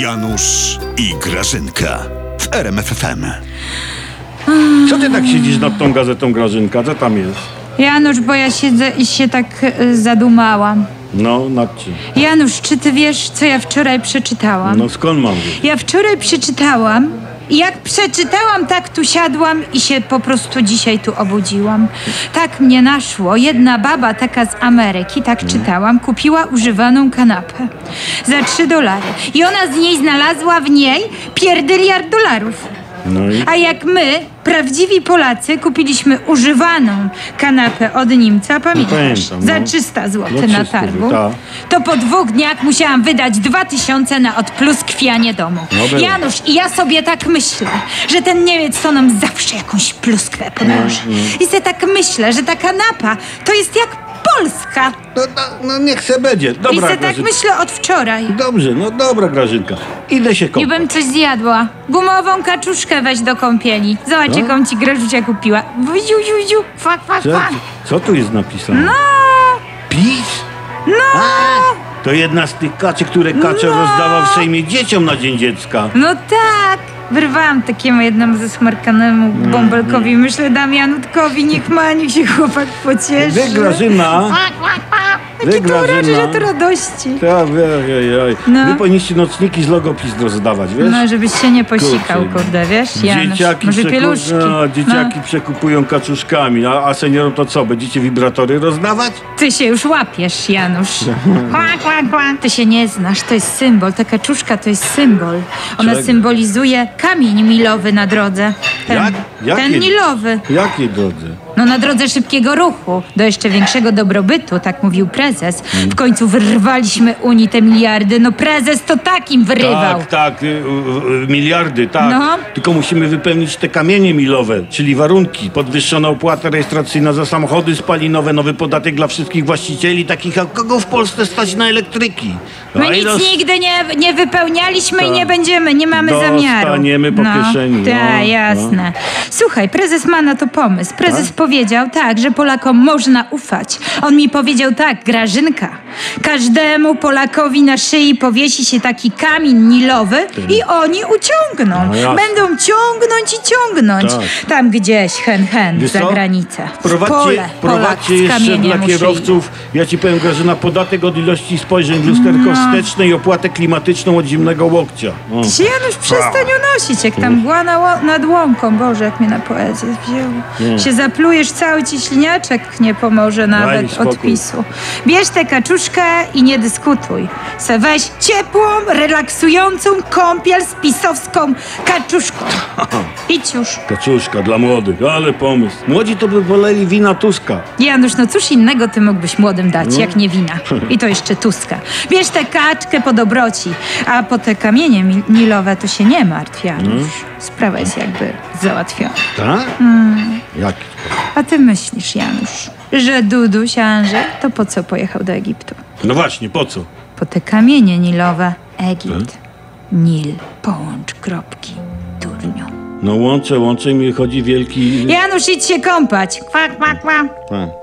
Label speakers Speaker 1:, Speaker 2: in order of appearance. Speaker 1: Janusz i Grażynka w RMFFM.
Speaker 2: Co ty tak siedzisz nad tą gazetą Grażynka? Co tam jest?
Speaker 3: Janusz, bo ja siedzę i się tak e, zadumałam.
Speaker 2: No, nad czym?
Speaker 3: Janusz, czy ty wiesz, co ja wczoraj przeczytałam?
Speaker 2: No skąd mam wiedzieć?
Speaker 3: Ja wczoraj przeczytałam i jak przeczytałam, tak tu siadłam i się po prostu dzisiaj tu obudziłam. Tak mnie naszło. Jedna baba, taka z Ameryki, tak czytałam, kupiła używaną kanapę za 3 dolary. I ona z niej znalazła w niej pierdyliard dolarów.
Speaker 2: No i?
Speaker 3: A jak my, prawdziwi Polacy, kupiliśmy używaną kanapę od Niemca, pamiętasz?
Speaker 2: pamiętam, no.
Speaker 3: za 300 zł
Speaker 2: Za
Speaker 3: na
Speaker 2: 300
Speaker 3: targu.
Speaker 2: zł,
Speaker 3: To po dwóch dniach musiałam wydać 2000 na odpluskwianie domu.
Speaker 2: No było.
Speaker 3: Janusz, i ja sobie tak myślę, że ten Niemiec to nam zawsze jakąś
Speaker 2: No,
Speaker 3: pluskwę podąży. I sobie tak myślę, że ta kanapa to jest jak Polska.
Speaker 2: No, no, no niech se będzie.
Speaker 3: I
Speaker 2: Dobra,
Speaker 3: sobie tak
Speaker 2: Grażynka.
Speaker 3: myślę od wczoraj.
Speaker 2: Dobrze, no dobra Grażynka. Idę się
Speaker 3: I
Speaker 2: kąpać.
Speaker 3: bym coś zjadła. Gumową kaczuszkę weź do kąpieli. Zobacz,
Speaker 2: Co?
Speaker 3: jaką ci Grażucia kupiła. Ziu, ziu, ziu. Kwa, kwa,
Speaker 2: Co,
Speaker 3: kwa.
Speaker 2: co tu jest napisane? No! PiS? No! to jedna z tych kaczy, które kacze rozdawał w Sejmie dzieciom na Dzień Dziecka.
Speaker 3: No tak. Wyrwałam takiemu jednemu zasmarkanemu
Speaker 2: Mm,
Speaker 3: bąbelkowi. Myślę Damianutkowi, niech ma, niech się chłopak pocieszy.
Speaker 2: Wy Grażyna,
Speaker 3: Jakie
Speaker 2: wy,
Speaker 3: to uroczy,
Speaker 2: Grażyna.
Speaker 3: że to radości.
Speaker 2: tak, oj, oj, oj.
Speaker 3: No.
Speaker 2: Wy powinniście nocniki z logo PiS rozdawać, wiesz?
Speaker 3: No, żebyś się nie posikał,
Speaker 2: Kurczę.
Speaker 3: kurde, wiesz, Janusz.
Speaker 2: dzieciaki
Speaker 3: Może
Speaker 2: przeku-
Speaker 3: pieluszki.
Speaker 2: no, dzieciaki przekupują kaczuszkami, No, a, a seniorom to co? Będziecie wibratory rozdawać?
Speaker 3: Ty się już łapiesz, Janusz. Kła, kła, kła. Ty się nie znasz, to jest symbol. Ta kaczuszka to jest symbol. Ona
Speaker 2: Czego?
Speaker 3: symbolizuje kamień milowy na drodze. Ten,
Speaker 2: Jak- jakie-
Speaker 3: ten milowy.
Speaker 2: Jakie drodzy?
Speaker 3: No na drodze szybkiego ruchu, do jeszcze większego dobrobytu, tak mówił prezes. W końcu wyrwaliśmy Unii te miliardy. No prezes to takim wyrywał.
Speaker 2: Tak, tak, y, y, y, miliardy, tak.
Speaker 3: No.
Speaker 2: Tylko musimy wypełnić te kamienie milowe, czyli warunki. Podwyższona opłata rejestracyjna za samochody spalinowe, nowy podatek dla wszystkich właścicieli takich, a kogo w Polsce stać na elektryki?
Speaker 3: My
Speaker 2: A
Speaker 3: No nic
Speaker 2: ilość-
Speaker 3: nigdy nie, nie wypełnialiśmy i
Speaker 2: No Tak.
Speaker 3: nie będziemy, nie mamy zamiaru.
Speaker 2: Dostaniemy po kieszeni,
Speaker 3: Tak,
Speaker 2: no,
Speaker 3: jasne. Słuchaj, prezes ma na to pomysł. Prezes powiedział tak, że Polakom można ufać. On mi powiedział tak, Grażynka, każdemu Polakowi na szyi powiesi się taki kamień nilowy i oni uciągną.
Speaker 2: Tak. No, jasne.
Speaker 3: Będą ciągnąć i ciągnąć.
Speaker 2: Tak.
Speaker 3: Tam gdzieś, hen, hen,
Speaker 2: Wiesz
Speaker 3: za
Speaker 2: co?
Speaker 3: granicę. W
Speaker 2: Prowadźcie,
Speaker 3: pole, Polak
Speaker 2: prowadźcie
Speaker 3: z
Speaker 2: jeszcze
Speaker 3: kamieniem
Speaker 2: dla
Speaker 3: u szyi.
Speaker 2: kierowców, ja ci powiem Grażyna, podatek od ilości spojrzeń
Speaker 3: No.
Speaker 2: w lusterko wsteczne i opłatę klimatyczną od zimnego łokcia. O.
Speaker 3: Ty się
Speaker 2: Mm.
Speaker 3: Janusz przestań unosić, jak tam mgła na ło- nad łąką. Boże, jak mnie na poezję wzięło.
Speaker 2: Mm.
Speaker 3: Się zaplujesz, cały ci śliniaczek nie pomoże
Speaker 2: mi
Speaker 3: nawet
Speaker 2: spokój.
Speaker 3: odpisu. Bierz tę kaczuszkę i nie dyskutuj. Se weź ciepłą, relaksującą kąpiel z pisowską kaczuszką. Idź już.
Speaker 2: Kaczuszka dla młodych, ale pomysł. Młodzi to by woleli wina Tuska.
Speaker 3: Janusz, no cóż innego ty mógłbyś młodym dać, jak nie wina. I to jeszcze Tuska. Bierz tę kaczkę po dobroci, a po te kamienie mi- nilowe to się nie martw, Janusz. Sprawa jest jakby załatwiona.
Speaker 2: Tak?
Speaker 3: Mm.
Speaker 2: Jaki?
Speaker 3: A ty myślisz, Janusz, że Duduś Andrzej to po co pojechał do Egiptu?
Speaker 2: No właśnie, po co?
Speaker 3: Po te kamienie nilowe Egipt. Nil, połącz kropki, turniu.
Speaker 2: No łączę, łączę i mi chodzi wielki... Tak.
Speaker 3: Janusz, idź się kąpać. Kwak, kwak, kwak.
Speaker 2: Pa.